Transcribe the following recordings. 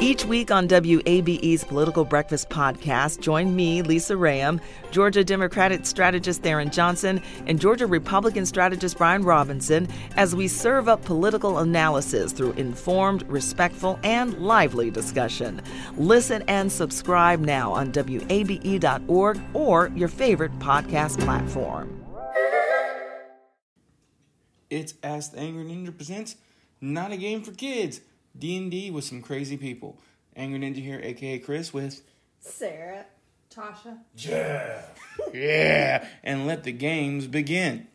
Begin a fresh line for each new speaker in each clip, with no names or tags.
Each week on WABE's Political Breakfast podcast, join me, Lisa Rayum, Georgia Democratic strategist Theron Johnson, and Georgia Republican strategist Brian Robinson as we serve up political analysis through informed, respectful, and lively discussion. Listen and subscribe now on WABE.org E or your favorite podcast platform.
It's Asked Anger Ninja presents Not a Game for Kids D&D with some crazy people. Anger Ninja here, aka Chris, with
Sarah, Tasha.
Yeah, and let the games begin.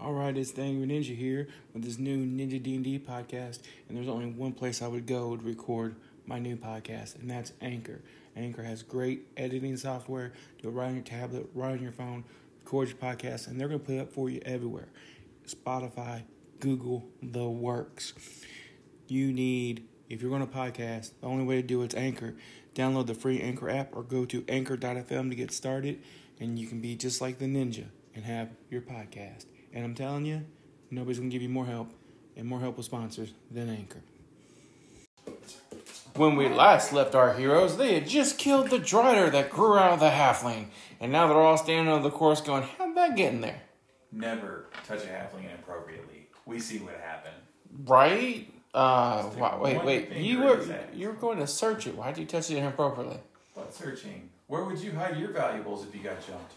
All right, it's the Angry Ninja here with this new Ninja D&D podcast, and there's only one place I would go to record my new podcast, and that's Anchor. Anchor has great editing software. Do it right on your tablet, right on your phone, record your podcast, and they're going to put it up for you everywhere. Spotify, Google, the works. You need, if you're going to podcast, the only way to do it's Anchor. Download the free Anchor app or go to anchor.fm to get started, and you can be just like the ninja and have your podcast. And I'm telling you, nobody's going to give you more help and more help with sponsors than Anchor. When we last left our heroes, they had just killed the drider that grew out of the halfling, and now they're all standing on the course going, How'd that get in there?
never touch a halfling inappropriately. We see what happened.
Right? Uh, why, wait,
one
wait.
finger
You
in
were
his ass.
you were going to search it. Why'd you touch it inappropriately?
Butt searching. Where would you hide your valuables if you got jumped?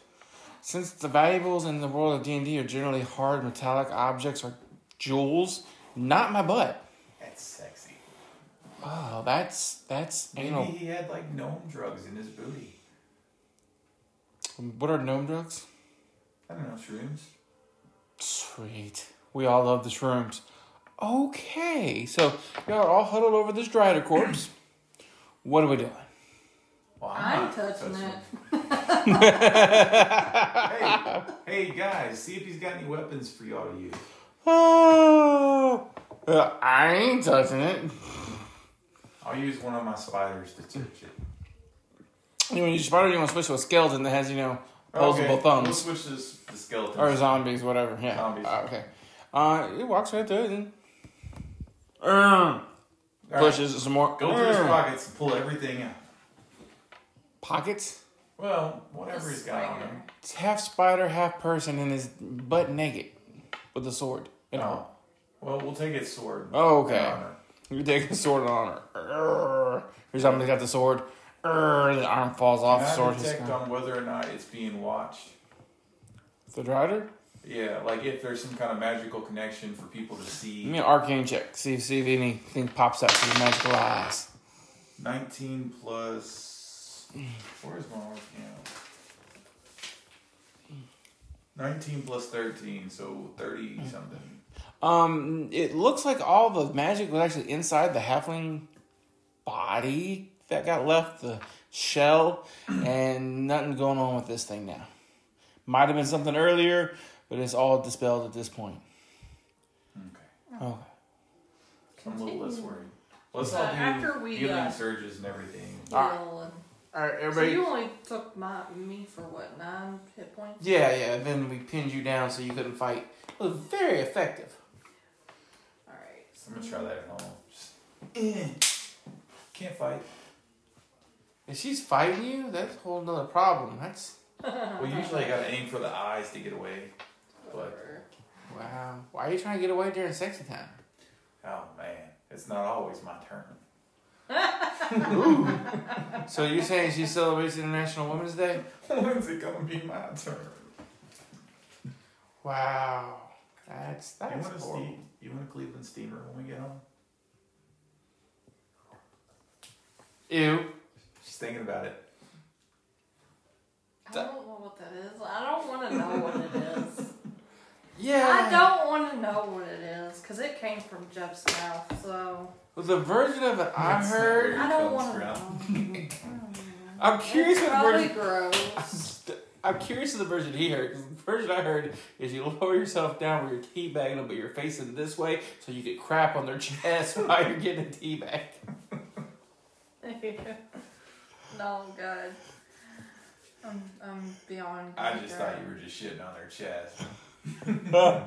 Since the valuables in the world of D and D are generally hard metallic objects or jewels, not my butt.
That's sexy.
Oh, that's that's
Maybe
anal.
he had like gnome drugs in his booty.
What are gnome drugs?
I don't know, shrooms.
Sweet. We all love the shrooms. Okay, so y'all are all huddled over this drider corpse. what are we doing?
Well,
I'm
not
touching it.
Hey, hey guys, see if he's got any weapons for y'all to use.
Oh, uh, I ain't touching it.
I'll use one of my spiders to touch it.
You want to use spider? You want to switch to a skeleton that has you know opposable
We'll
thumbs
switch this the skeleton.
or zombies, whatever. Yeah.
Zombies.
Uh, okay. Uh, it walks right through it and Mm. pushes some more.
Go through his
Mm.
pockets and pull everything out.
Pockets.
Well, whatever he's got on him.
It's half spider, half person, and is butt naked with a sword. And
Oh.
all.
Well, we'll take his sword.
Oh, okay.
and honor.
You take the sword and honor. Urgh. Here's somebody's got the sword. Urgh. The arm falls off.
Can
The
I
sword is
detect on whether or not it's being watched?
the rider.
Yeah, like if there's some kind of magical connection for people to see.
Give me an arcane check. See, see if anything pops out through his magical eyes.
19 plus. Where's my arc now? 19 plus 13, so 30 something.
Um, it looks like all the magic was actually inside the halfling body that got left, the shell, and nothing going on with this thing now. Might have been something earlier, but it's all dispelled at this point.
Okay.
Okay.
I'm a little less worried. Let's
So
not do
after we,
healing
uh,
surges and everything.
Deal.
All right,
So
everybody.
you only took my me for what nine hit points?
yeah, yeah. Then we pinned you down so you couldn't fight. It was very effective.
All right.
I'm gonna try that at home. Just, eh. Can't fight.
If she's fighting you, that's a whole nother problem. That's
Well, usually I gotta aim for the eyes to get away. But,
Whatever.
wow. Why are you trying to get away during sexy time?
oh man, it's not always my turn.
So you're saying she celebrates International Women's Day?
When's it gonna be my turn?
Wow, that's
You
that's
want, a
horrible.
steam, you want a Cleveland steamer when we get home?
Ew.
She's thinking about it.
I don't know what that is. I don't want to know what it is.
Yeah.
I don't want to know what it is because it came from Jeff's mouth. So
Well, the version of it I
That's not
heard.
weird.
I
comes
don't want to
from.
know.
I'm curious of
It's
the
probably
version.
gross.
I'm curious of the version he heard. 'cause the version I heard is you lower yourself down with your tea bag, and but you're facing this way, so you get crap on their chest while you're getting a tea bag.
no good. I'm, I'm beyond.
I just thought you were just shitting on her chest.
I,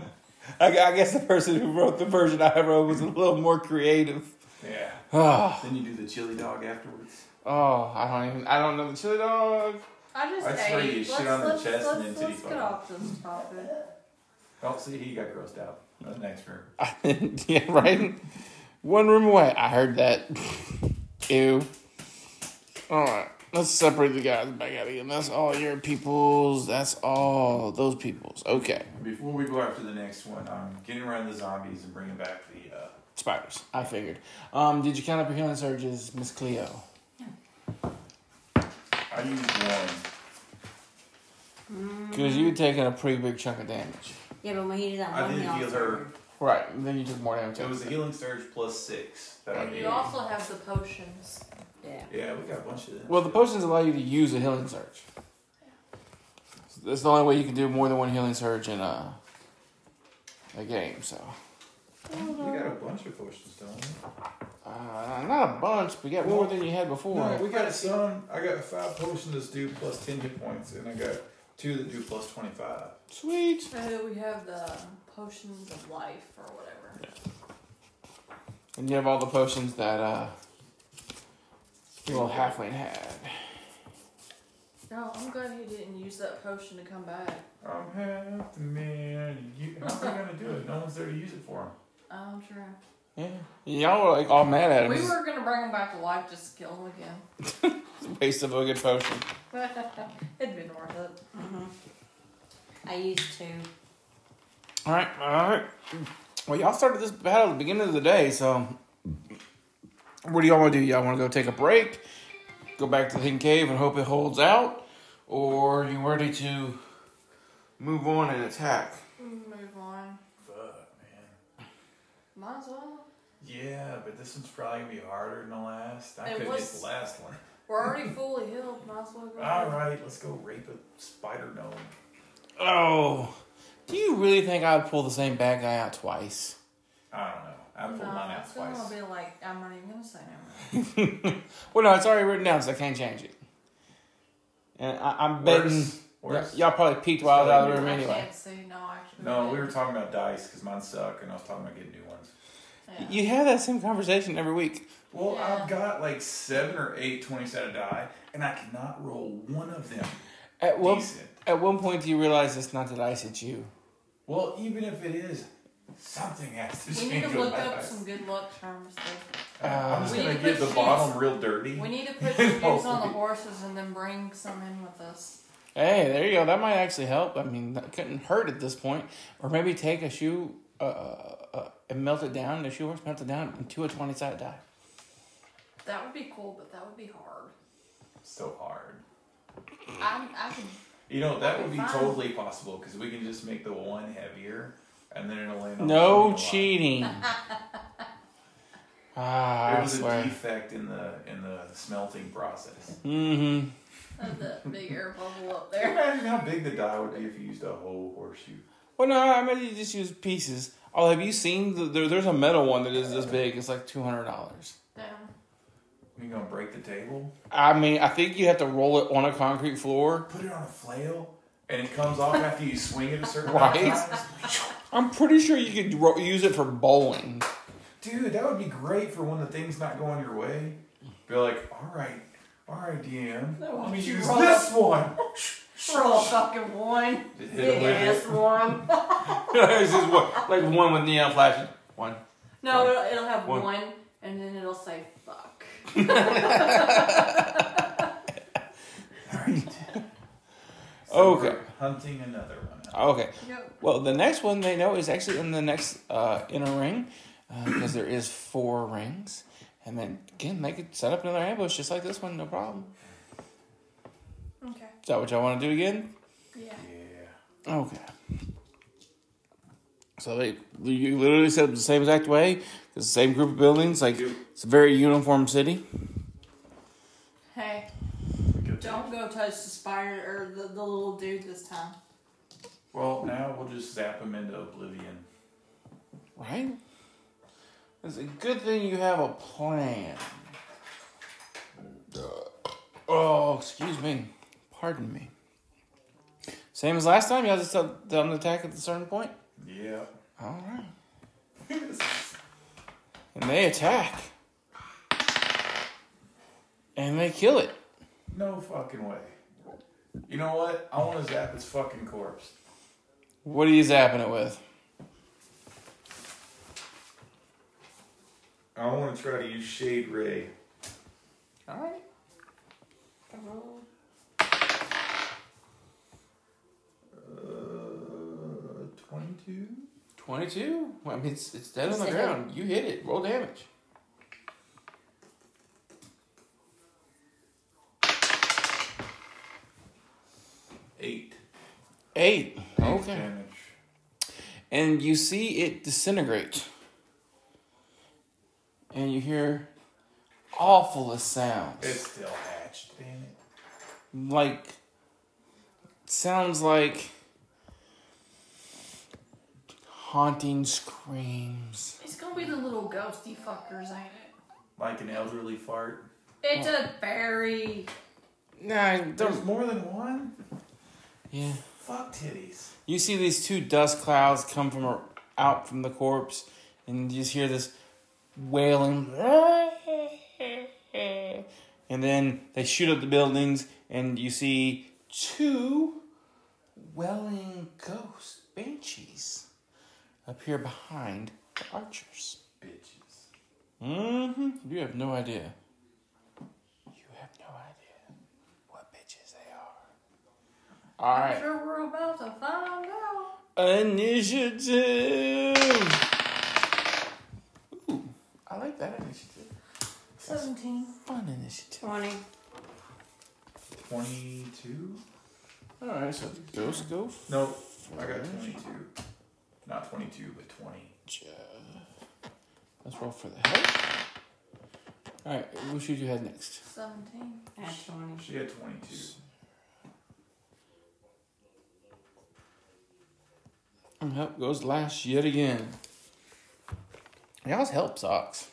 I guess the person who wrote the version I wrote was a little more creative.
Yeah. Ah.
Oh,
Then you do the chili dog afterwards.
oh, I don't even. I don't know the chili dog.
I just
That's where
ate.
you
Let's,
shit on the
let's,
chest and
let's,
then
let's
titty
get
fuck.
off this topic.
Oh, see, he got grossed out. That's next room.
yeah, right. One room away. I heard that. Ew. All right, let's separate the guys back out again. That's all your peoples. That's all those peoples. Okay,
Before we go after the next one, I'm getting around the zombies and bringing back the. Uh,
spiders. I figured. Um, did you count up your healing surges, Miss Cleo?
I used one.
Because you had taken a pretty big chunk of damage.
Yeah, but when he did that
I
one,
didn't heal her.
Right. and Then you took more damage.
It was a healing surge plus six. That I
And
needed.
you also have the potions.
Yeah.
Yeah, we got a bunch of them.
Well, the potions allow you to use a healing surge. That's the only way you can do more than one healing surge in a, a game. So,
We got a bunch of potions, don't we?
uh, not a bunch, but you got more than you had before.
No, we got some. I got five potions that do plus ten hit points, and I got two that do plus twenty-five.
Sweet.
So Uh, we have the potions of life or whatever.
And you have all the potions that uh, your little halfling had.
No, I'm glad he didn't use that potion to come back.
I'm half the man. You, how are we gonna do it? No one's there to use it for
Oh, true.
Yeah. Y'all were like all mad at him.
We
This is
were gonna bring him back to life just to kill him again.
a waste of a good potion.
It'd been worth it.
I used two.
All right. All right. Well, y'all started this battle at the beginning of the day, so what do y'all want to do? Y'all want to go take a break, go back to the hidden cave, and hope it holds out, or you ready to move on and attack?
Move on.
him. Fuck, man.
Might as well.
Yeah, but this one's probably gonna be harder than the last. I
It
couldn't
was-
get the last one.
We're already fully healed. Might as well go.
All right, let's go rape a spider gnome.
Oh, do you really think I'd pull the same bad guy out twice?
I don't know. I pulled
No,
mine out
it's gonna
twice.
be like I'm not even gonna say no.
Well, no, it's already written down, so I can't change it. And I, I'm betting
Worse. Worse.
y- y'all probably peeked while I was out of the room
I
anyway.
can't see. No, actually.
No, we were talking about dice because mine suck, and I was talking about getting new ones.
Yeah.
You have that same conversation every week.
Well,
Yeah.
I've got like seven or eight 20 sided die, and I cannot roll one of them
At one,
decent.
at one point, do you realize it's not the dice, it's you?
Well, even if it is, something has to
We need
change
to
with
look
my
up
dice.
some good luck terms. though.
Uh, I'm just
We
gonna
need to
get
put
the
shoes-
bottom real dirty.
We need to put some
No.
dudes on the horses and then bring some in with us.
Hey, there you go. That might actually help. I mean, that couldn't hurt at this point. Or maybe take a shoe uh, uh, uh, and melt it down, the shoe horse melt it down into a 20 sided die.
That would be cool, but that would be hard.
so hard.
I, I can.
You know, that would be
Fine.
totally possible because we can just make the one heavier and then it'll land on
No
the cheat.
cheating. ah,
There
I
was a
swear.
defect in the in the smelting process.
Mm-hmm.
Have that big air bubble up
Can you
there.
Imagine how big the die would be if you used a whole horseshoe.
Well, no, I mean, you just use pieces. Oh, have you seen? The, there, there's a metal one that is this big. It's like $200.
Damn.
You gonna break the table?
I mean, I think you have to roll it on a concrete floor.
Put it on a flail, and it comes off after you swing it a certain
Right.
amount of times.
I'm pretty sure you could ro- use it for bowling.
Dude, that would be great for when the thing's not going your way. Be like, all right, all right, DM,
That
let me
would be
use
rough.
this one.
Roll a fucking one.
Just hit
Big
him with
ass
it.
one.
it's just one, like one with neon flashing. One.
No, it'll, it'll have
One.
one. and then it'll say fuck.
All right.
Okay.
we're hunting another one.
Okay.
Yep.
Well, the next one they know is actually in the next uh, inner ring because there is four rings, and then again they could set up another ambush just like this one, no problem.
Okay.
Is that what y'all want to do again?
Yeah.
Yeah.
Okay. So they you literally set up the same exact way, the same group of buildings. Like
Yep.
it's a very uniform city.
Hey,
Good.
don't go touch the spider or the, the little dude this time.
Well, now we'll just zap him into oblivion.
Right? It's a good thing you have a plan. Oh, excuse me. Pardon me. Same as last time, y'all just done an attack at a certain point?
Yeah.
Alright. And they attack. and they kill it.
No fucking way. You know what? I want to zap his fucking corpse.
What are you zapping it with?
I want to try to use Shade Ray.
Alright. Uh-huh.
Uh, 22?
22? Well, I mean, it's, it's dead on the
It's a
ground. You hit it. Roll damage.
Eight.
Eight.
Eight
Okay.
damage.
And you see it disintegrate. And you hear awfulest sounds.
It's still hatched, damn it.
like sounds like haunting screams.
It's gonna be the little ghosty fuckers, ain't it?
Like an elderly fart.
It's a berry.
Nah,
There's
don't.
more than one?
Yeah.
Fuck titties.
You see these two dust clouds come from ar- out from the corpse, and you just hear this wailing. And then they shoot up the buildings, and you see two welling ghost banshees appear behind the archers.
Bitches.
hmm You have no idea. You have no idea what bitches they are. All
I'm
right.
sure we're about to find out.
Initiative. Ooh, I like that initiative.
17.
Fun initiative.
20.
22?
All right, so ghost go. f-
No, I got 22. Not 22, but 20.
ja- Let's roll for the help. All right, who should you have next?
17.
Add 20.
She had 22.
And Mm, help goes last yet again. Y'all's help sucks.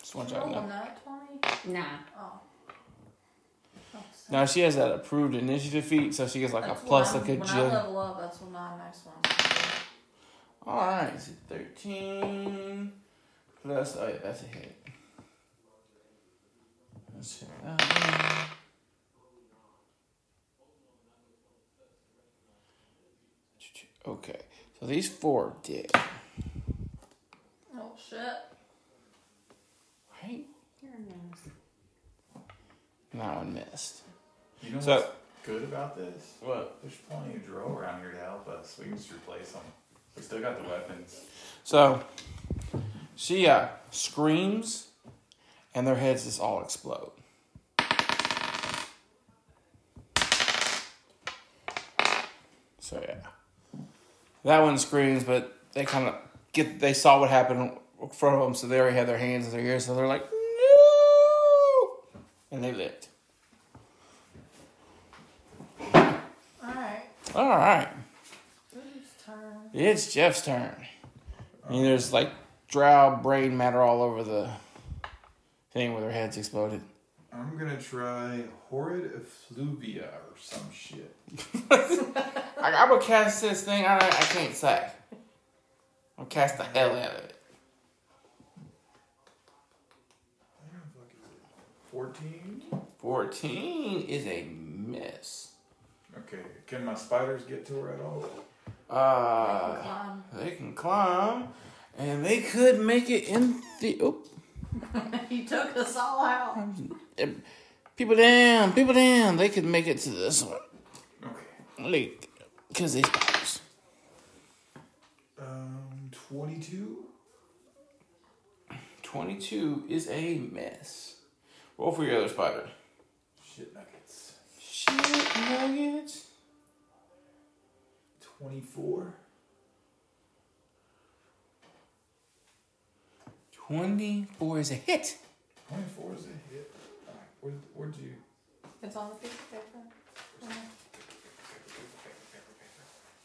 Just want y'all to
Oh,
know.
not 20?
Nah.
Oh. Oh, so-
Now she has that approved initiative feat, so she gets like
That's
a
when
plus
I'm-
like a
When I
jillion.
level up, that's when my next one. That's
All right, so thirteen plus. Oh yeah, that's a hit. That's it. Uh, Okay, so these four did
Oh shit.
right.
You're a mess.
And That one missed.
You know
So-
what's good about this?
What?
There's plenty of drill around here to help us. We can just replace them. We still got the weapons.
So she uh, screams, and their heads just all explode. So yeah, that one screams, but they kind of get they saw what happened in front of them, so they already had their hands in their ears, so they're like, no, and they lit.
Alright.
All right,
Whose turn?
it's Jeff's turn. I mean, there's like drow brain matter all over the thing where their heads exploded.
I'm gonna try Horrid Effluvia or some shit.
I, I would cast this thing. I I can't say. I'll cast the hell out of it.
14?
Fourteen is a miss.
Okay, can my spiders get to her at all?
Uh,
Climb.
they can climb, and they could make it in the. Oop,
he took us all out.
Eh, people down, people down. They could make it to this one,
Okay.
like, cause they spiders.
Um, 22?
Twenty-two is a miss. Roll for your other spider.
Shit nuggets.
Shit nuggets.
24?
Twenty-four is a hit.
24 is a hit. Alright, where, where'd you.
It's on the piece of paper. Yeah.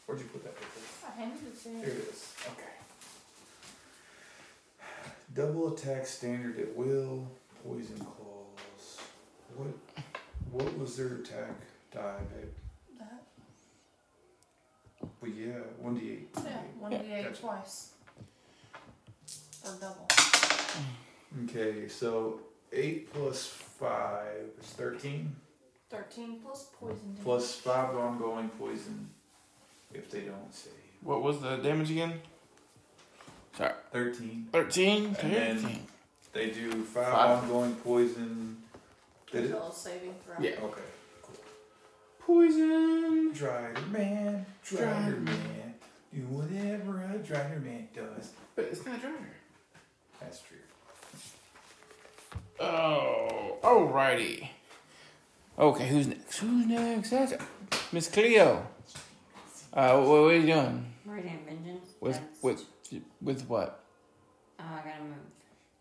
Where'd you put that paper?
I handed it to
Here
you.
it is. Okay. Double attack standard at will, poison claws. What what was their attack die, babe?
That-
Well, yeah, 1d8.
Yeah, one
Yeah,
D eight
gotcha.
twice. Or double.
Okay, so eight plus five is thirteen.
13 plus poison. damage.
Plus five ongoing poison if they don't save.
What was the damage again? Sorry,
Thirteen.
thirteen.
And then-
13.
They do five,
Five.
ongoing poison. Did it?
Until a saving throw.
Yeah.
Okay.
Poison.
Drider man, drider
Drider.
man, do whatever a drider man does.
But it's not dryer.
That's true.
Oh, alrighty. Okay, who's next? Who's next? That's Miss Cleo. Uh, what, what are you doing?
Radiant Vengeance.
With
That's-
with with what?
Oh, I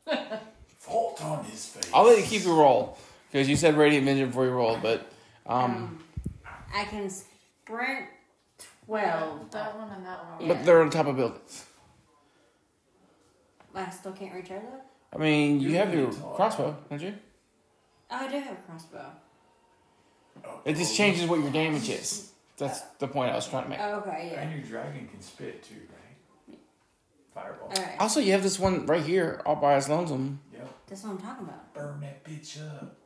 gotta move.
Fault on his face.
I'll let you keep your roll because you said radiant vision before you rolled, but um,
Um, I can sprint 12,
That one and that one.
Yeah.
but they're on top of buildings.
but I still can't reach her though.
I mean, you
You're
have your
really tall.
crossbow, don't you?
Oh, I do have a crossbow.
It just changes what your damage is. That's the point I was trying to make.
Oh, okay,
And
yeah.
your dragon can spit too, right? Fireball.
Alright,
Also, you have this one right here, all by its lonesome.
Yep.
that's what I'm talking about.
Burn that bitch up.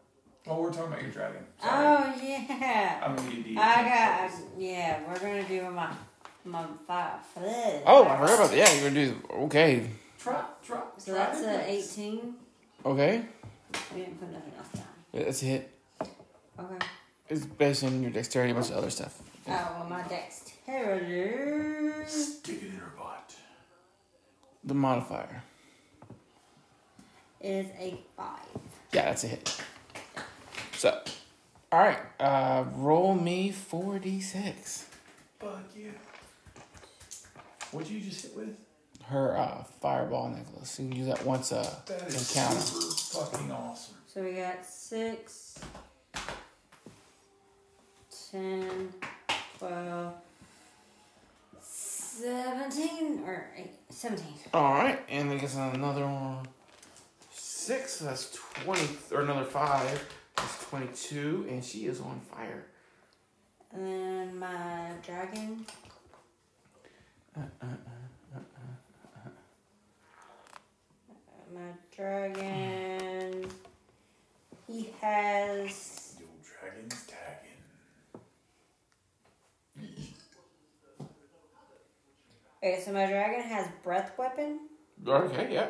Oh, we're talking about your dragon. Sorry.
Oh, yeah.
I'm gonna get
I got, yeah, we're gonna do my, my five.
Oh, I forgot about that. Yeah, you're gonna do okay,
Drop, drop,
So that's a 18.
okay.
We didn't put nothing else down.
That's a hit.
Okay.
It's based on your dexterity, a bunch of other stuff.
Oh, well, my dexterity.
Stick it in her butt.
The modifier.
is a five.
Yeah, that's a hit. So, all right, uh, roll me four d six.
Fuck yeah. What'd you just hit with?
Her uh, fireball necklace. You can use that once uh,
That is
encounter.
super fucking awesome.
So we got six, ten, twelve, seventeen, or eight, seventeen.
All right, and I guess another one. Six. So that's twenty, or another five. That's twenty-two, and she is on fire.
And then my dragon. My dragon. He has.
Your dragon's tagging.
Okay, so my dragon has breath weapon,
Okay. Yeah.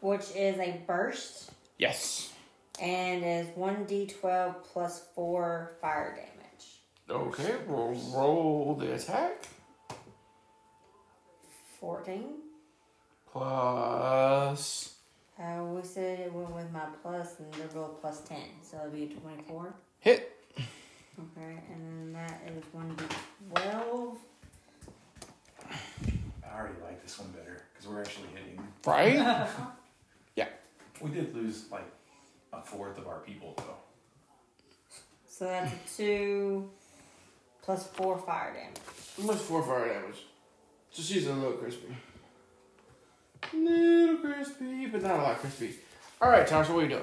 which is a burst.
Yes.
and is 1d12 plus 4 fire damage.
Okay. Roll. Roll the attack.
14.
Plus.
Uh, we said it went with my plus, and they're both plus 10, so it'll be 24.
Hit.
Okay, and then that is 1d12.
I already like this one better because we're actually hitting.
Right? yeah.
We did lose like a fourth of our people though.
So that's a 2 plus 4 fire damage.
Much four fire damage. So she's a little crispy. Little crispy, but not a lot crispy. Alright, Tasha, what are you doing?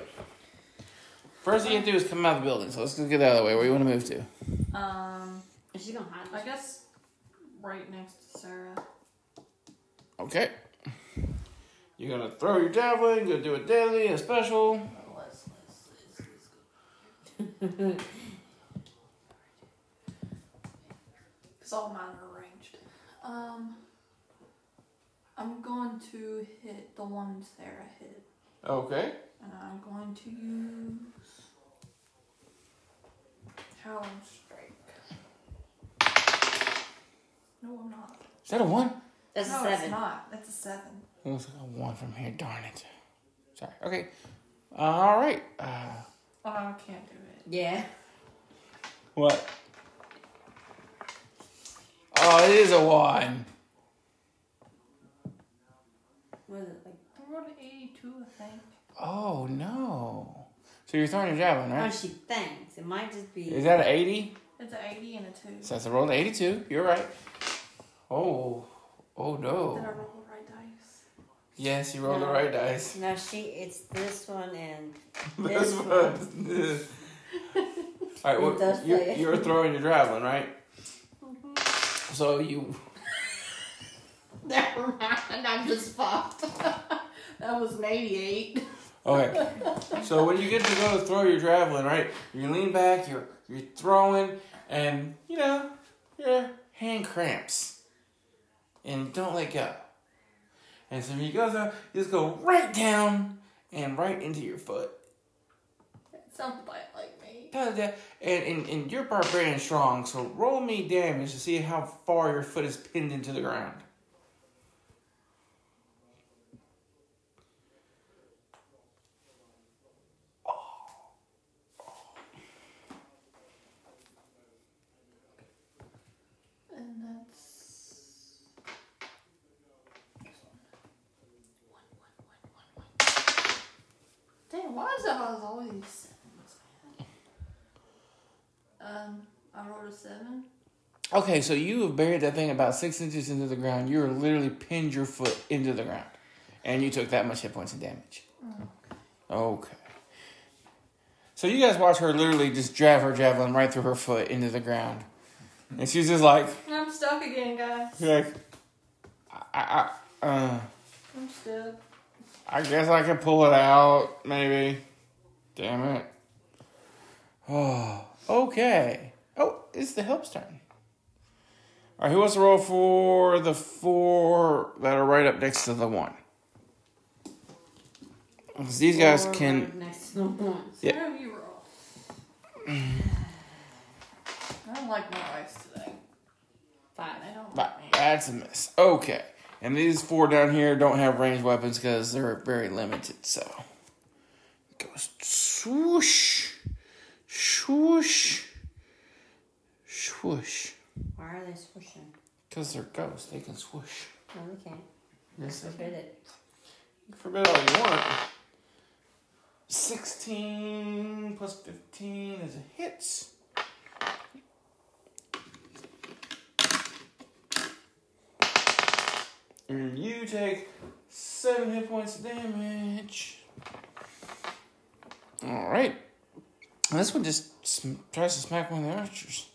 First thing you have to do is come out of the building, so let's go get that out of the way. Where you want to move to?
Um,
Is she gonna hide
I
this?
guess right next to Sarah.
Okay. You're gonna throw your javelin, you're gonna do a daily, a special.
Let's, let's, let's, let's go. Because all mine are arranged. Um, I'm going to hit the one Sarah hit.
Okay.
And I'm going to use. Challenge Strike. No, I'm not.
Is that a one?
That's
no,
a
it's
7.
not. That's a seven.
It looks like a one from here, darn it. Sorry. Okay. Alright. Uh,
Oh, I can't do it.
Yeah.
What? Oh, it is a one.
What is it like?
I rolled an 82, I think.
Oh no. So you're throwing your javelin,
Oh,
right?
she thinks. It might just be.
Is that an 80?
It's an 80 and a 2.
So that's a roll to 82. You're right. Oh. Oh
Did I
no.
roll the right dice?
Yes, you rolled the right dice.
No, she. It's this one and
This
this one.
one. All right,
It does
well, you're,
say Mm-hmm. it.
you're throwing your javelin, right? So you.
Never mind, I'm just fucked. that was an 88.
Okay. so when you get to go throw your javelin, right? You lean back, you're you're throwing, and you know your hand cramps, and you don't let go. And so when you go through, you just go right down and right into your foot.
Somebody like me.
Da, da, da. And, and and you're barbarian strong, so roll me damage to see how far your foot is pinned into the ground.
And that's. One, one, one, one, one. Damn, why is it always all these sevens, man? Um, I rolled a seven.
Okay, so you have buried that thing about six inches into the ground. You were literally pinned your foot into the ground, and you took that much hit points and damage. Okay. So you guys watch her literally just drive her javelin right through her foot into the ground, and she's just like,
And I'm stuck again, guys.
like, I, I, uh,
I'm stuck.
I guess I could pull it out, maybe. Damn it. Oh, okay. Oh, it's the help's turn. All right, who wants to roll for the four that are right up next to the one? 'Cause These guys
Or
can.
right Next to the one.
Yeah.
Where have you roll? I don't like my eyes today.
Five.
I don't
Right,
like me.
That's a miss. Okay. And these four down here don't have ranged weapons because they're very limited, so. Goes swoosh, swoosh, swoosh.
Why are they swishing?
Because they're ghosts, they can swoosh.
No, they can't.
Yes, they
Forbid it.
can. Forbid all you want. 16 plus 15 is a hit. And you take seven hit points of damage. Alright. And This one just sm- tries to smack one of the archers.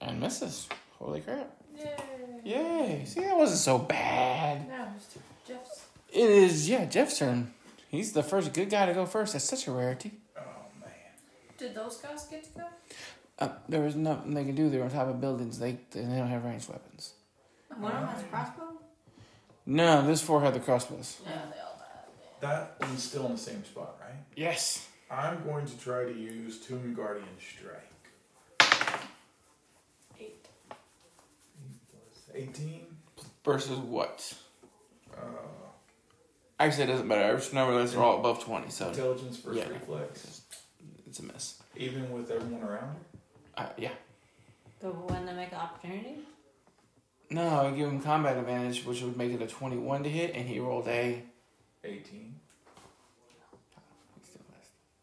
And misses. Holy crap.
Yay.
Yay! See, that wasn't so bad.
Now it's Jeff's.
It is, yeah, Jeff's turn. He's the first good guy to go first. That's such a rarity.
Oh man.
Did those guys get to go?
Uh, there was nothing they can do. They're on top of buildings. They they don't have ranged weapons.
One of them has a crossbow?
No, this four had the crossbows.
No, they all died.
That one's still in the same spot, right?
Yes.
I'm going to try to use Tomb Guardian Strike.
Eight.
18?
Versus what?
Uh,
Actually, it doesn't matter. I just remember those are all above twenty, so
intelligence versus
Yeah.
reflex.
it's a miss.
Even with everyone around her?
Uh, yeah.
The one that make an opportunity?
No, I give him combat advantage, which would make it a twenty-one to hit, and he rolled a.
18.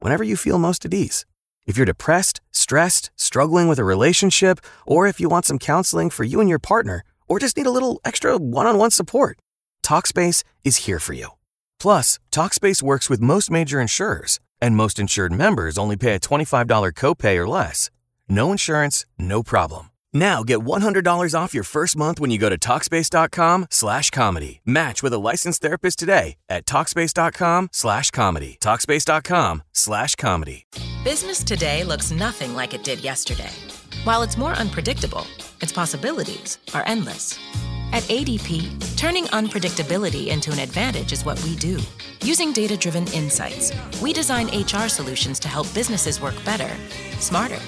whenever you feel most at ease. If you're depressed, stressed, struggling with a relationship, or if you want some counseling for you and your partner, or just need a little extra one on one support, TalkSpace is here for you. Plus, TalkSpace works with most major insurers, and most insured members only pay a $25 copay or less. No insurance, no problem. Now get $100 off your first month when you go to Talkspace.com slash comedy. Match with a licensed therapist today at Talkspace.com slash comedy. Talkspace.com slash comedy.
Business today looks nothing like it did yesterday. While it's more unpredictable, its possibilities are endless. At ADP, turning unpredictability into an advantage is what we do. Using data driven insights, we design HR solutions to help businesses work better, smarter,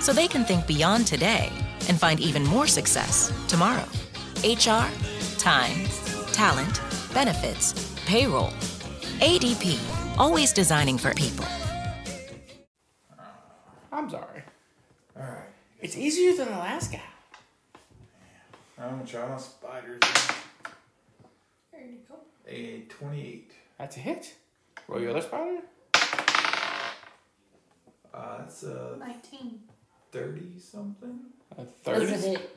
so they can think beyond today and find even more success tomorrow. HR, time, talent, benefits, payroll. ADP, always designing for people.
I'm sorry.
Alright.
It's easier than the last guy.
I'm gonna try on spiders.
There you go.
A 28.
That's a hit. Roll your other spider.
Uh, that's a
19.
30 something.
A
This
thirty.
is it.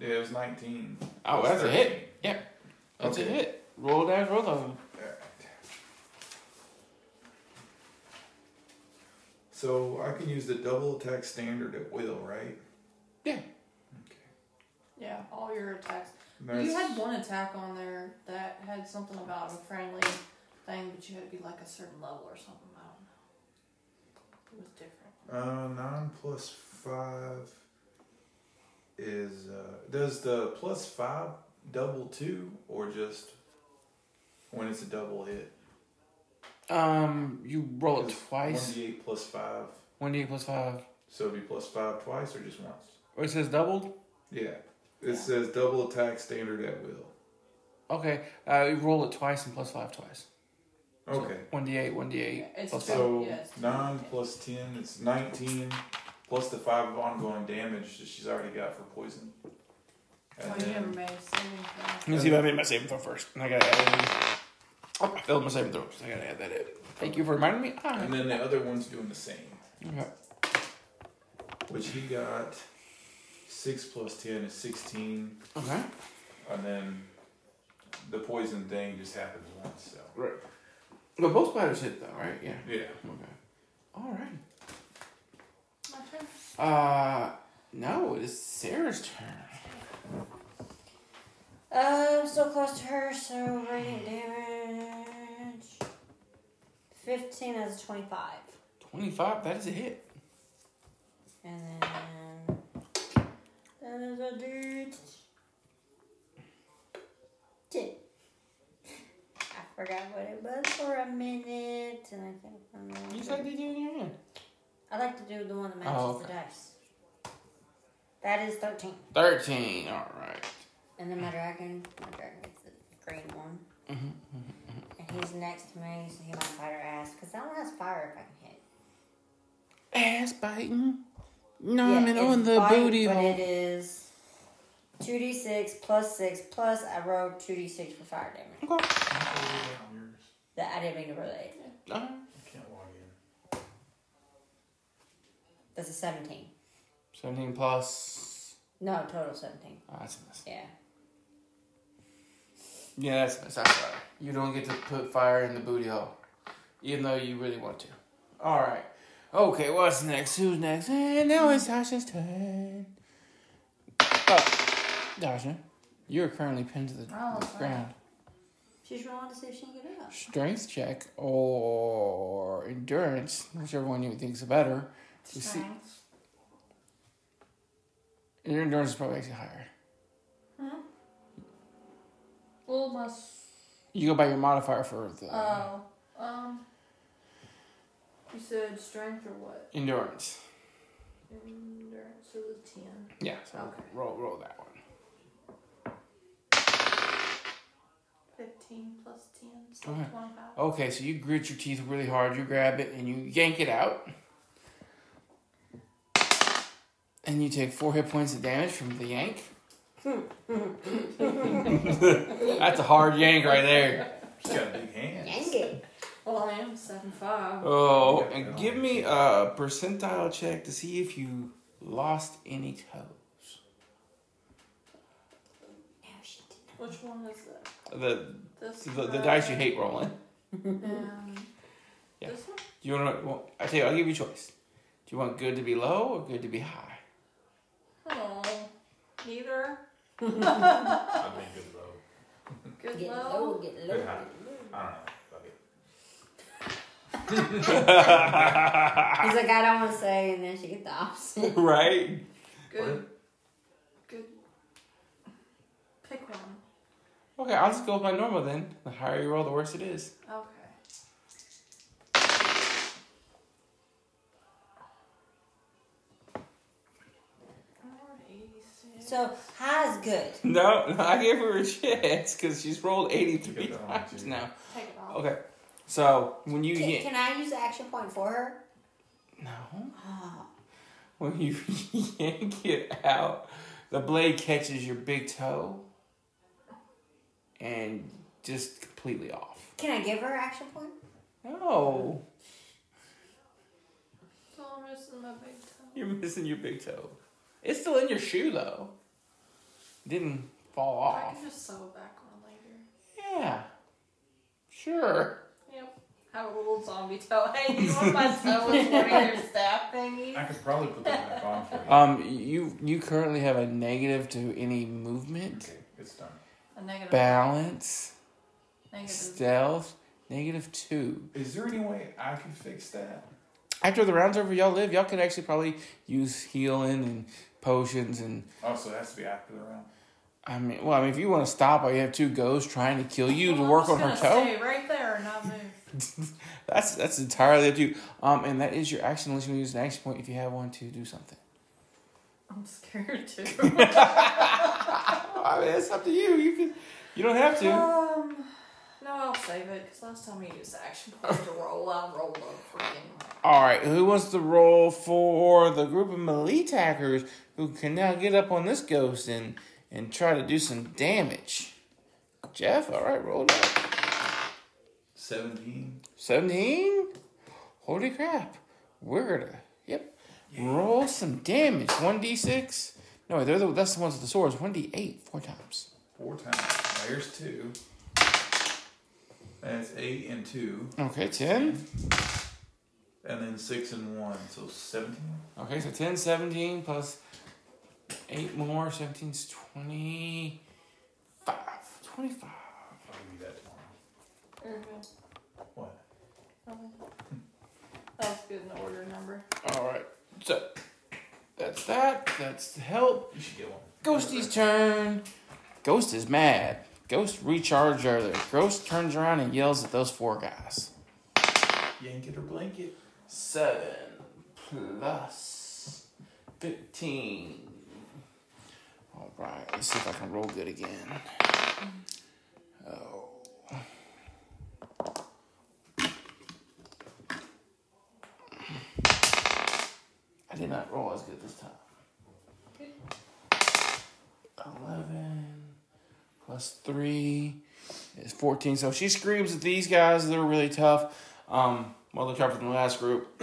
Yeah, it was 19.
Oh, that's a
13.
hit. Yeah, that's a
Okay.
hit. Roll dice, roll them.
Alright. So I can use the double attack standard at will, right?
Yeah.
Okay.
Yeah, all your attacks.
That's-
You had one attack on there that had something about a friendly thing, but you had to be like a certain level or something. I don't know. It was different.
Uh, nine plus five is uh, does the plus five double two or just when it's a double hit?
Um, you roll it
One
twice.
d eight plus five,
One d eight plus five.
so it'd be plus five twice or just once.
Or it says doubled.
Yeah, it says double attack standard at will.
Okay, uh, you roll it twice and plus five twice.
Okay,
One d eight, one d eight.
Yeah, it's
plus
two.
five.
so
Yes.
nine plus ten, it's nineteen. Plus the five of ongoing damage that she's already got for poison. And
Oh, you never
then,
made a saving
Let me see if I made my saving throw first. And I gotta add it in. Oh, I failed my saving throw, so I gotta add that in. Thank you for reminding me. All
and
right.
then the other one's doing the same.
Okay.
Which he got six plus ten is sixteen,
Okay.
and then the poison thing just happens once. So
Right. But both spiders hit though, right? Yeah.
yeah,
Okay. All right.
My turn.
Uh, no, it is Sarah's turn.
Uh, I'm so close to her, so radiant damage. 15 as a 25.
Twenty-five. That is a hit.
And then. That is a dude. 10. I forgot what it was for a minute, and I can't remember.
You said did you in your hand?
I like to do the one that matches
Oh, okay.
the dice. That is 13.
Thirteen. All right.
And then my dragon, my dragon is the green one.
Mm-hmm,
And he's next to me, so he might fight her ass. Because that one has fire if I can hit.
Ass biting. No,
Yeah,
I'm in
it's
on the
bite,
booty
But
hole.
it is 2d6 plus 6 plus I rolled 2d6 for fire damage.
Okay.
That I didn't mean to relate.
Uh,
can't log in.
That's a 17.
Seventeen plus.
No, total 17.
Oh, that's a miss.
Yeah.
Yeah, that's a miss. I'm sorry. You don't get to put fire in the booty hole, even though you really want to. All right. Okay. What's next? Who's next? And now it's Tasha's turn. Oh, Tasha, you are currently pinned to the
Oh, sorry.
ground.
She's rolling to see if she can get it up.
strength check or endurance, whichever one you think's better. to see,
Strength.
your endurance is probably actually higher.
Well, my. s-
You go by your modifier for the
Oh. Um. You said strength or what?
endurance.
Endurance. It was 10.
Yeah, so
Okay.
roll roll that one.
15 plus 10. So
Okay.
25.
Okay, so you grit your teeth really hard. You grab it and you yank it out, and you take four hit points of damage from the yank. That's a hard yank right there.
She's got big hands.
Dang it.
Well, I am 7'5.
Oh, and give me a percentile check to see if you lost any toes.
No, she did
Which one is that?
The
This
the, the
guy
dice you hate rolling.
and
Yeah.
Um, This one?
Do you want to? I tell you, I'll give you a choice. Do you want good to be low or good to be high?
Oh, neither.
I mean, good low.
Good
not. Get low,
low.
get low.
Good high. I don't know. Fuck it.
He's like, I don't want to say, and then she gets the opposite.
Right.
Good. Good. Pick one.
Okay, I'll just go with my normal then. The higher you roll, the worse it is.
Okay. Alright, 86.
So, high is good.
No, no, I gave her a chance because she's rolled eighty three
You got that one,
times
too.
now.
Take it off.
Okay, so when you
Can,
yank,
can I use the action point for her?
no, when you yank it out, the blade catches your big toe and just completely off.
Can I give her action point?
No.
So I'm missing my big toe.
You're missing your big toe. It's still in your shoe though. Didn't fall
I
off.
could just sew it back on later.
Yeah. Sure.
Yep. Have a little zombie toe hanging on my toe with one of your staff thingies.
I could probably put that back on for you.
Um, you you currently have a negative to any movement,
Okay, it's done.
A negative.
balance,
Negative.
stealth, negative two.
Is there any way I could fix that?
After the round's over, y'all live. Y'all could actually probably use healing and potions and
Oh, so it has to be after the round.
I mean, well, I mean, if you want to stop, while you have two ghosts trying to kill you to
Well, I'm
work
just
on her
gonna
toe.
Stay right there and not move.
That's that's entirely up to you. Um, and that is your action. Unless you use an action point if you have one to do something.
I'm scared too.
I mean, it's up to you. You can, you don't have to.
um, no, I'll save it because last time I used the action point to roll, I rolled a freaking.
All right, who wants to roll for the group of melee attackers who can now get up on this ghost and and try to do some damage? Jeff, all right, roll it up.
17.
17? Holy crap. We're gonna. Yep. Roll some damage. 1d6. No, wait, they're the, that's the ones with the swords. 1d8, four times.
Four times. Now here's two. That's eight and two.
Okay, 10.
And then six and one. So 17?
Okay, so 10, 17 plus 8 more. 17's 25. 25.
I'll give you that tomorrow. What?
That's good in the order number.
Alright, so that's that. That's the help.
You should get one.
Ghosty's turn. Ghost is mad. Ghost recharged earlier. Ghost turns around and yells at those four guys.
Yank it or blanket.
Seven plus fifteen. All right, let's see if I can roll good again. Oh. I did not roll as good this time. Eleven plus three is 14. So she screams at these guys. They're really tough. Um, well, they're tougher than the last group.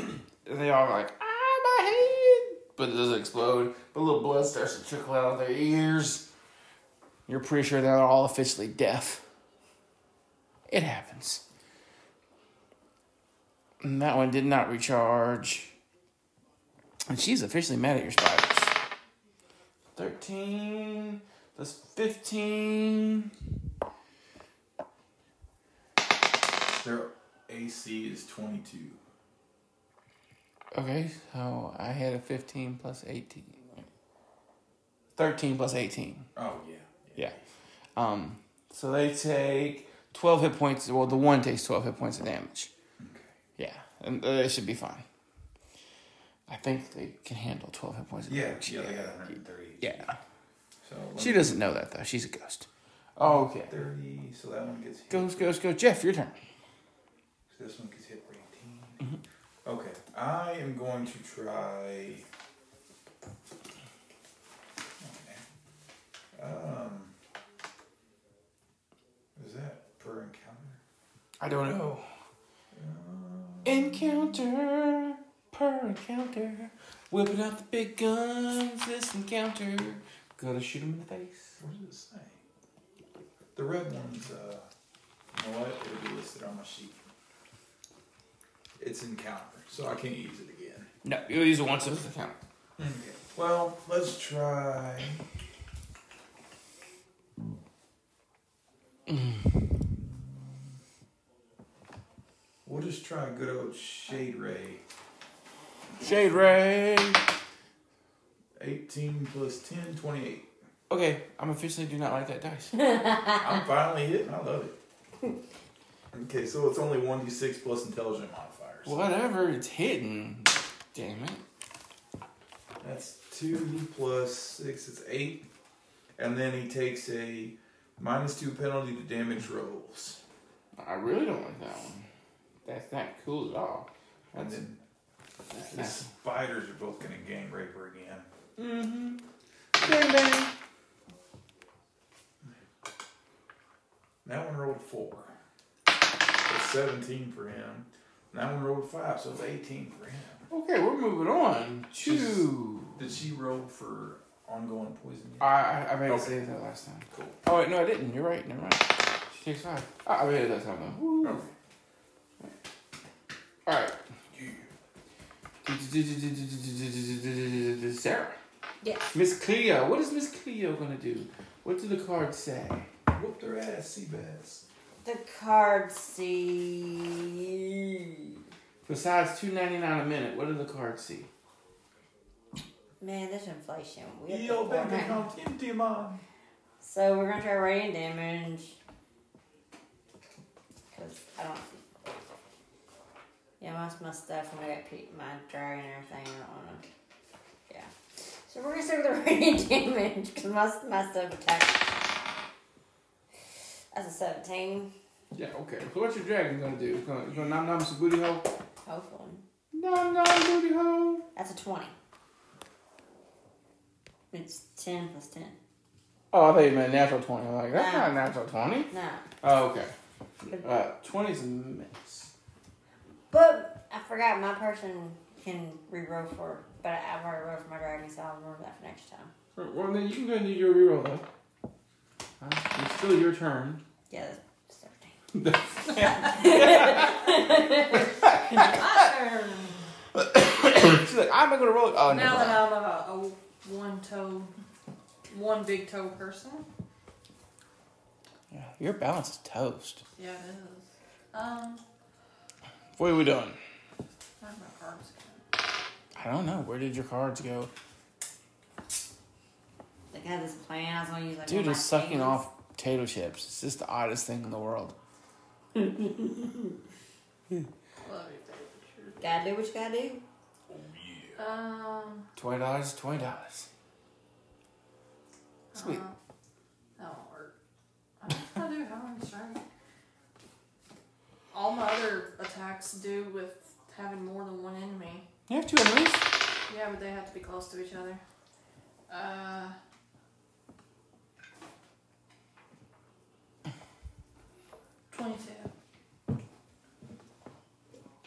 and they all are like, ah, my head. But it doesn't explode. But a little blood starts to trickle out of their ears. You're pretty sure they're all officially deaf. It happens. And that one did not recharge. And she's officially mad at your spiders. 13 plus 15.
Their AC is 22.
Okay, so I had a 15 plus 18. 13 plus 18.
Oh, yeah.
Yeah. Um, so they take 12 hit points. Well, the one takes 12 hit points of damage. Yeah, and uh, they should be fine. I think they can handle 12 hit points of
Yeah,
damage.
yeah, they got 130.
Yeah.
So
She doesn't know that, though. She's a ghost.
Oh,
Okay.
30, so that one gets hit.
Ghost, ghost, ghost. Jeff, your turn.
So this one gets hit for 18. Okay, I am going to try. Okay. Um, is that per encounter?
I don't know. Encounter per encounter, whipping out the big guns. This encounter, gonna shoot him in the face.
What does it say? The red one's, uh, you know what? It'll be listed on my sheet. It's encounter, so I can't use it again.
No, you use it once as the count.
Well, let's try. we'll just try good old Shade Ray.
Shade Ray.
18 plus 10, 28.
Okay, I'm officially do not like that dice.
I'm finally hitting. I love it. Okay, so it's only 1d6 plus intelligent modifiers.
Whatever, it's hidden. Damn it.
That's two plus six is eight, and then he takes a minus two penalty to damage rolls,
I really don't like that one. That's not cool at all.
and
That's,
then
that's,
the
that's
spiders are both gonna gang rape her again.
Mm-hmm. bang bang.
That one rolled a four. It's seventeen for him. And that one rolled five, so it's eighteen for him.
Okay, we're moving on to.
Did she roll for ongoing poison?
I
yet?
I, I made a
Okay.
save that last time.
Cool.
Oh wait, no, I didn't. You're right. Never mind. She takes five. I, I made it that time though. Woo.
Okay.
All right.
Yeah.
Sarah.
Yes.
Miss Cleo. What is Miss Cleo gonna do? What do the cards say?
Whoop their ass, sea bass.
The card see.
Besides two ninety nine a minute, what do the cards see?
Man, this inflation. We have
Yo,
to
baby,
format.
come empty man.
So we're gonna try radiant damage. Cause I don't. Yeah, most of my stuff when I got pe- my dragon and everything, I don't wanna. Yeah. So we're gonna start with the radiant damage because most of my stuff attacks. That's a 17.
Yeah, okay. So what's your dragon gonna do? Gonna, gonna nom nom some booty hole?
Hopefully.
Nom nom booty hole.
That's a 20. It's 10 plus 10.
Oh, I thought you meant natural twenty. I'm like, that's
Ah.
not a natural twenty.
No.
Oh, okay. Uh, twenty's a miss.
But I forgot my person can re-roll for, but I've already rolled for my dragon, so I'll remember that for next time.
Well, then you can go and do your reroll though. Uh, It's still your turn.
Yeah, that's 17.
She's like, I'm not gonna roll. it." Oh,
Now
no.
that I'm a, a one toe, one big toe person.
Yeah, your balance is toast.
Yeah, it is. Um,
What are we doing?
where my cards
I don't know. Where did your cards go?
Like I had this plan, I was gonna use like. one
Dude
of my
is sucking
things.
off potato chips. It's just the oddest thing in the world.
go? Love you,
Gotta do what you gotta do.
baby. Um,
Twenty dollars, twenty dollars. Sweet.
that won't work. I don't know if Oh, I do have one strike. All my other attacks do with having more than one enemy.
You have two enemies.
Yeah, but they have to be close to each other. Uh. Twenty-two.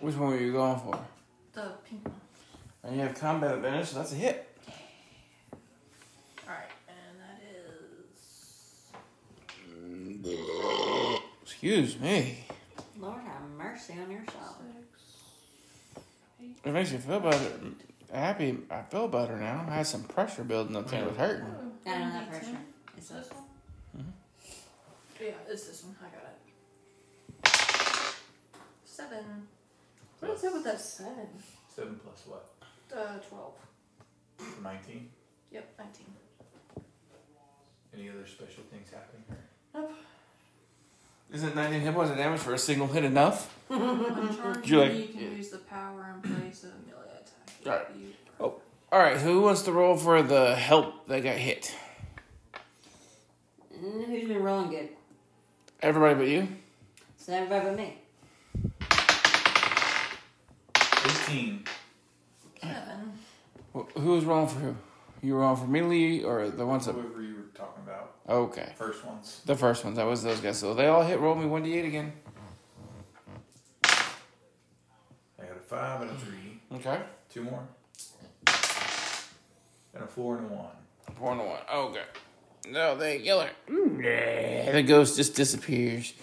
Which one were you going for?
The pink one.
And you have combat advantage, so that's a hit.
All right, and that is
Excuse me.
Lord have mercy on your soul.
It makes me feel better. Happy. I feel better now. I had some pressure building up there. It was hurting.
Not on that person. It's
Is this
a
one? Yeah, it's this one. I got it. Seven. What is it with that seven?
Seven plus what?
Uh, twelve.
Nineteen.
Yep, nineteen.
Any other special things happening here?
Nope.
Isn't 19 hit points of damage for a single hit enough?
When
Mm-hmm.
charged,
You
you,
like-
can use the power in place of a melee attack. if
Alright.
you-
Oh. All right. Who wants to roll for the help that got hit?
Mm, Who's been rolling good?
Everybody but you.
So everybody but me.
Eighteen.
Seven.
Wh- Who was rolling for who? You were rolling for Melee or the ones that?
Whoever you were talking about,
Okay.
first ones.
The first ones. That was those guys. So they all hit. Roll me one d8 again.
I got a five and a three.
Okay.
Two more. And a four and a one.
One to one. Okay. No, they kill her. Yeah, The ghost just disappears.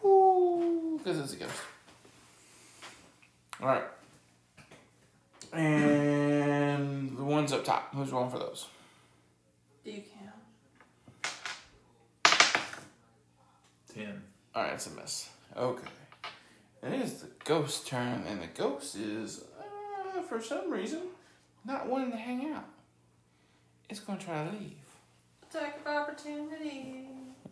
Because it's a ghost. All right. And the ones up top. Who's rolling for those?
Do you count?
Ten.
All right, it's a miss. Okay. It is the ghost turn, and the ghost is, uh, for some reason, not wanting to hang out. It's going to try to leave.
Attack of opportunity.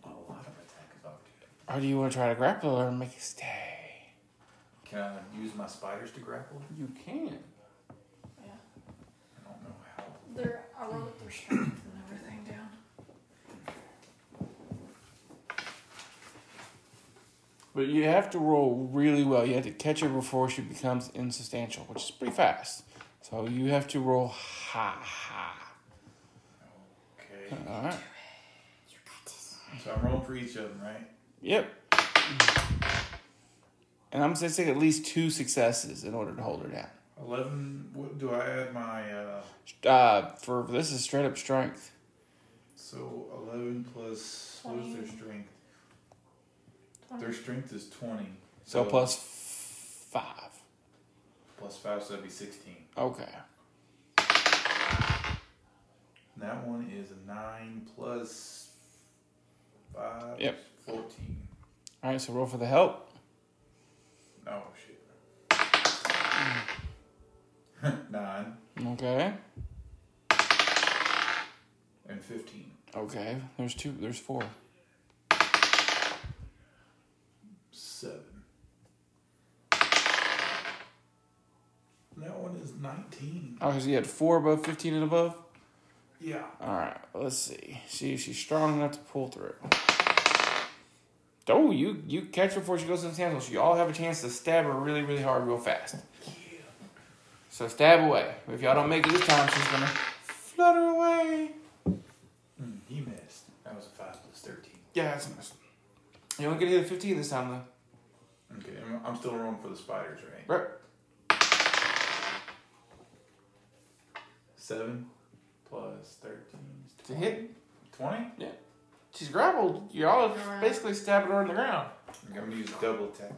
A lot of attack of opportunity.
Or do you want to try to grapple her and make it stay?
Can I use my spiders to grapple?
You can.
Yeah.
I don't know how.
Their, I wrote their strength and everything down.
But you have to roll really well. You have to catch her before she becomes insubstantial, which is pretty fast. So you have to roll high.
Okay.
All right.
So I'm rolling for each of them, right?
Yep. And I'm going to take at least two successes in order to hold her down.
Eleven. What do I add my? uh
Uh, for this is straight up strength.
So eleven plus what is their strength? Their strength is twenty.
So plus f- five.
plus five, so that'd be sixteen.
Okay.
And that one is a nine plus five.
Yep.
Fourteen.
All right. So roll for the help.
Oh shit. nine
Okay.
and fifteen.
Okay. There's two. There's four.
Seven. And that one is nineteen.
Oh, so you had four above fifteen and above.
Yeah.
All right. Let's see. See if she's strong enough to pull through. Oh, you you catch her before she goes in the tangle. So you all have a chance to stab her really really hard real fast. So stab away. If y'all don't make it this time, she's gonna flutter away.
Mm, he missed. That was a five plus thirteen.
Yeah, that's a miss. You don't get to hit a fifteen this time though.
Okay, I'm, I'm still rolling for the spiders, right?
Right.
Seven plus thirteen. is
To hit?
Twenty.
Yeah. She's grappled. Y'all are basically stabbing her in the ground.
I'm gonna use double attack.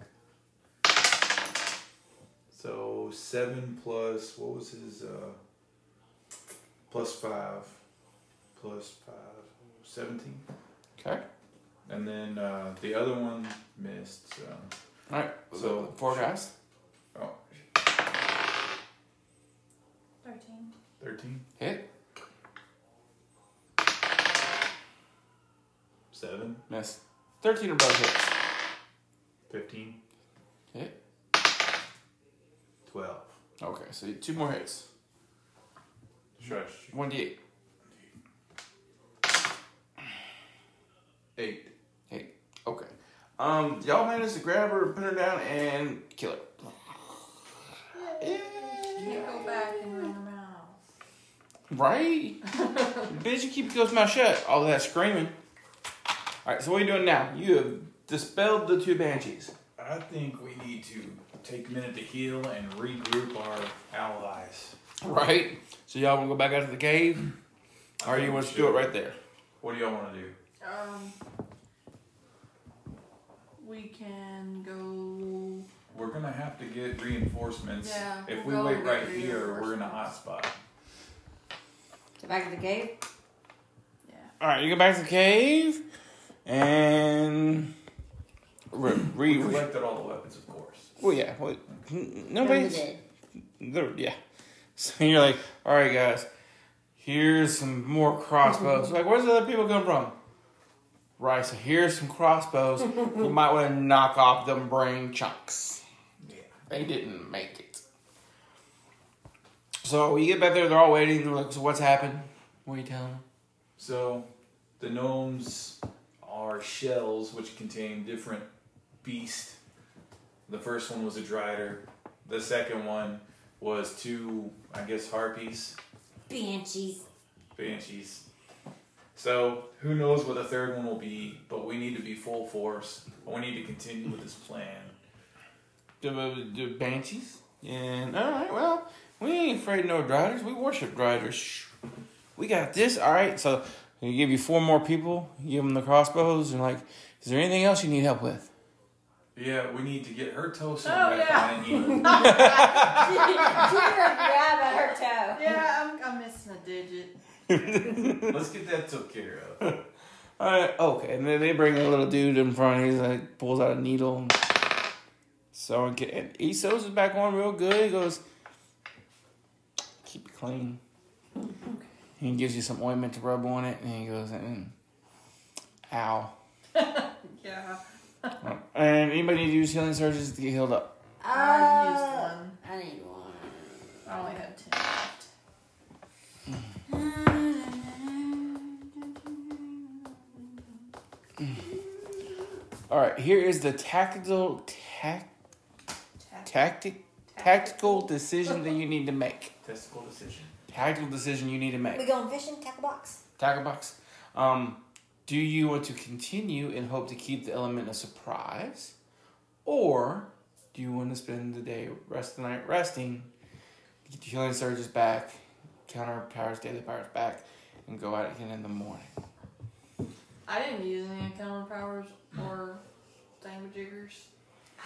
So seven plus what was his uh plus five plus five seventeen.
Okay.
And then uh the other one missed so
Alright. So
So-
four guys.
oh
Thirteen.
thirteen.
Hit.
Seven.
Miss. Thirteen or above hits.
Fifteen.
Hit.
Twelve.
Okay, so two more hits.
Should I shoot?
One D eight.
Eight.
Hit. Okay. Um, y'all managed to grab her, put her down, and kill her.
You go back and run your mouth.
Right? Bitch, you keep your mouth shut. All that screaming. Alright, so what are you doing now? You have dispelled the two banshees.
I think we need to take a minute to heal and regroup our allies.
Right? So y'all wanna go back out to the cave? Or you want to do it right there?
What do y'all want to do?
Um, we can go.
We're gonna have to get reinforcements.
Yeah,
if we
we'll
wait
go
right
get
here, we're in a hot
reinforcements.
spot.
Get back to the cave.
Yeah.
Alright, you go back to the cave and re, re,
We
re-
collected all the weapons, of course.
well yeah, well, n-
Nobody
nobody's
did.
there, yeah. So you're like, alright guys, here's some more crossbows. like, where's the other people come from? Right, so here's some crossbows. you might want to knock off them brain chunks.
Yeah.
They didn't make it. So you get back there, they're all waiting. They're like, so what's happened? What are you telling them?
So, the gnomes are shells which contain different beasts. The first one was a drider. The second one was two, I guess, harpies,
Banshees.
banshees. So, who knows what the third one will be? But we need to be full force. We need to continue with this plan.
The, the, the banshees? And alright, well, we ain't afraid of no driders. We worship driders. Shh. We got this, alright. So they give you four more people, you give them the crossbows, and like, is there anything else you need help with?
Yeah, we need to get her toe sewn
Oh,
back
yeah.
on and heal.
She did grab at her toe.
Yeah, I'm, I'm missing a digit.
Let's get that took care of.
Alright, okay. And then they bring a little dude in front, he's like, pulls out a needle. And so, okay, and Esos is back on real good. He goes, keep it clean. He gives you some ointment to rub on it, and he goes, mm, ow. Uh,
Yeah.
And anybody need to use healing surges to get healed up.
I used one.
Uh, I need one.
I only had ten left.
All right, here is the tactical tac,
Tac-
tactic tactical decision that you need to make.
Testicle decision.
Tactical decision you need to
We
make.
going fishing? Tackle box?
Tackle box. Um, do you want to continue and hope to keep the element of surprise, or Do you want to spend the day, rest the night resting, get the healing surges back, counter powers, daily powers back, and go out again in the morning?
I didn't use any encounter powers or thingamajiggers.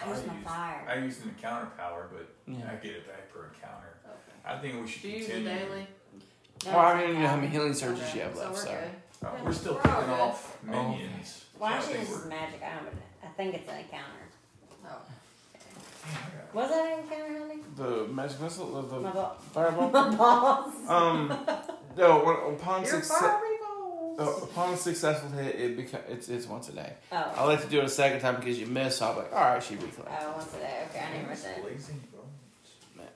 I was my
used-
fire.
I used an encounter power, but
Yeah.
I get it back per encounter.
Okay.
I think we should
Do you use a
continue.
daily?
That
Well, I
was
don't
my
even know how
fire.
many healing surges
Okay,
you have
so
left,
we're
sorry.
good.
Uh,
Yeah,
we're still
we're all
picking
good.
off
okay.
minions.
Why
so I
don't you
think
just use
we're-
magic? I don't know. I think it's an encounter.
No.
Was that an encounter, honey?
The magic missile, uh, the
My ball.
fireball.
My balls.
um, no. when- Upon
You're
success,
fiery balls.
uh, upon successful hit, it beca- it's it's once a day. I
Oh.
like to do it a second time because you miss. So I'm like, all right, she recollects.
Oh, once a day. Okay, I never said.
Blazing bones.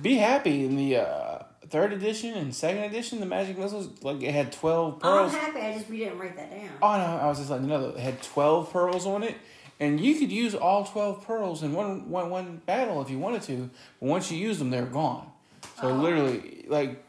Be happy in the uh, third edition and second edition. The magic missiles like it had twelve
Oh, I'm
pearls.
happy. I just we didn't write that down.
Oh no, I was just letting you know that it had twelve pearls on it, and you could use all twelve pearls in one one one battle if you wanted to. But once you use them, they're gone. So
Oh.
literally, like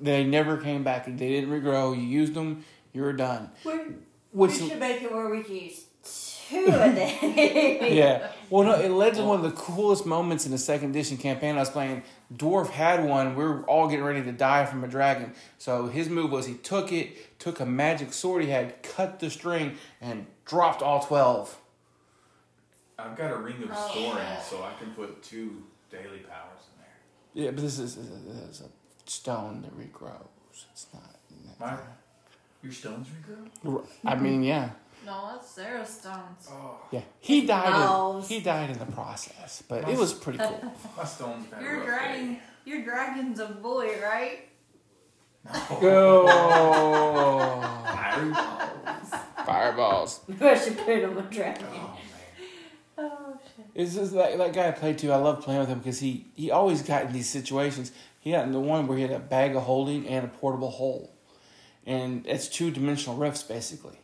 they never came back. They didn't regrow. You used them, you were done.
We're-
Which
we should make it where we can use two of them.
yeah. Well, no, it led to one of the coolest moments in the second edition campaign I was playing. Dwarf had one. We were all getting ready to die from a dragon. So his move was he took it, took a magic sword he had, cut the string, and dropped all 12.
I've got a ring of
Oh,
storing,
yeah.
so I can put two daily powers in there.
Yeah, but this is, this is a stone that regrows. It's not.
My, your stones regrow?
I mean, yeah.
No, that's Sarah Stones.
Yeah. He died in,
Miles.
he died in the process, but it was pretty cool.
My stones been a
Your
rough
dragon,
day.
your dragon's a boy, right?
Go!
Fireballs.
Fireballs.
I should put it on my dragon.
Oh, man.
Oh shit.
It's just that that guy I played to. I love playing with him because he he always got in these situations. He got in the one where he had a bag of holding and a portable hole, and it's two dimensional rifts basically.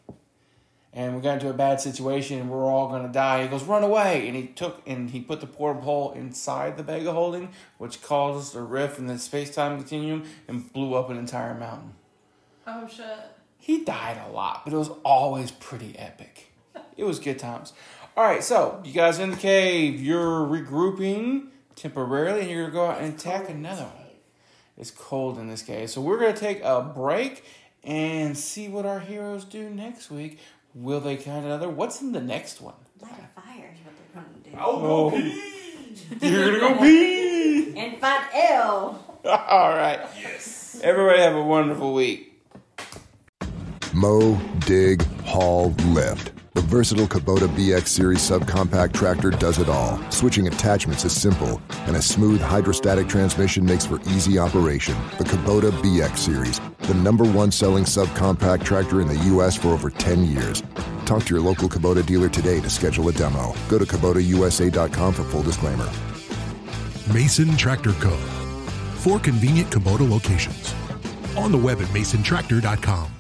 And we got into a bad situation, and we're all gonna die. He goes, "Run away!" And he took and he put the portable hole inside the bag of holding, which caused a rift in the space time continuum and blew up an entire mountain.
Oh shit.
He died a lot, but it was always pretty epic. It was good times. All right, so you guys in the cave, you're regrouping temporarily, and you're gonna go out and attack another one. It's cold in this cave, so we're gonna take a break and see what our heroes do next week. Will they count another? What's in the next one?
Light a fire is what they're going to do.
I'll go pee.
You're gonna go pee.
And find L.
All right,
Yes.
everybody have a wonderful week.
Mow, dig, haul, lift. The versatile Kubota BX Series subcompact tractor does it all. Switching attachments is simple, and a smooth hydrostatic transmission makes for easy operation. The Kubota BX Series, the number one selling subcompact tractor in the U.S. for over 10 years. Talk to your local Kubota dealer today to schedule a demo. Go to KubotaUSA.com for full disclaimer.
Mason Tractor Co. Four convenient Kubota locations. On the web at masontractor.com.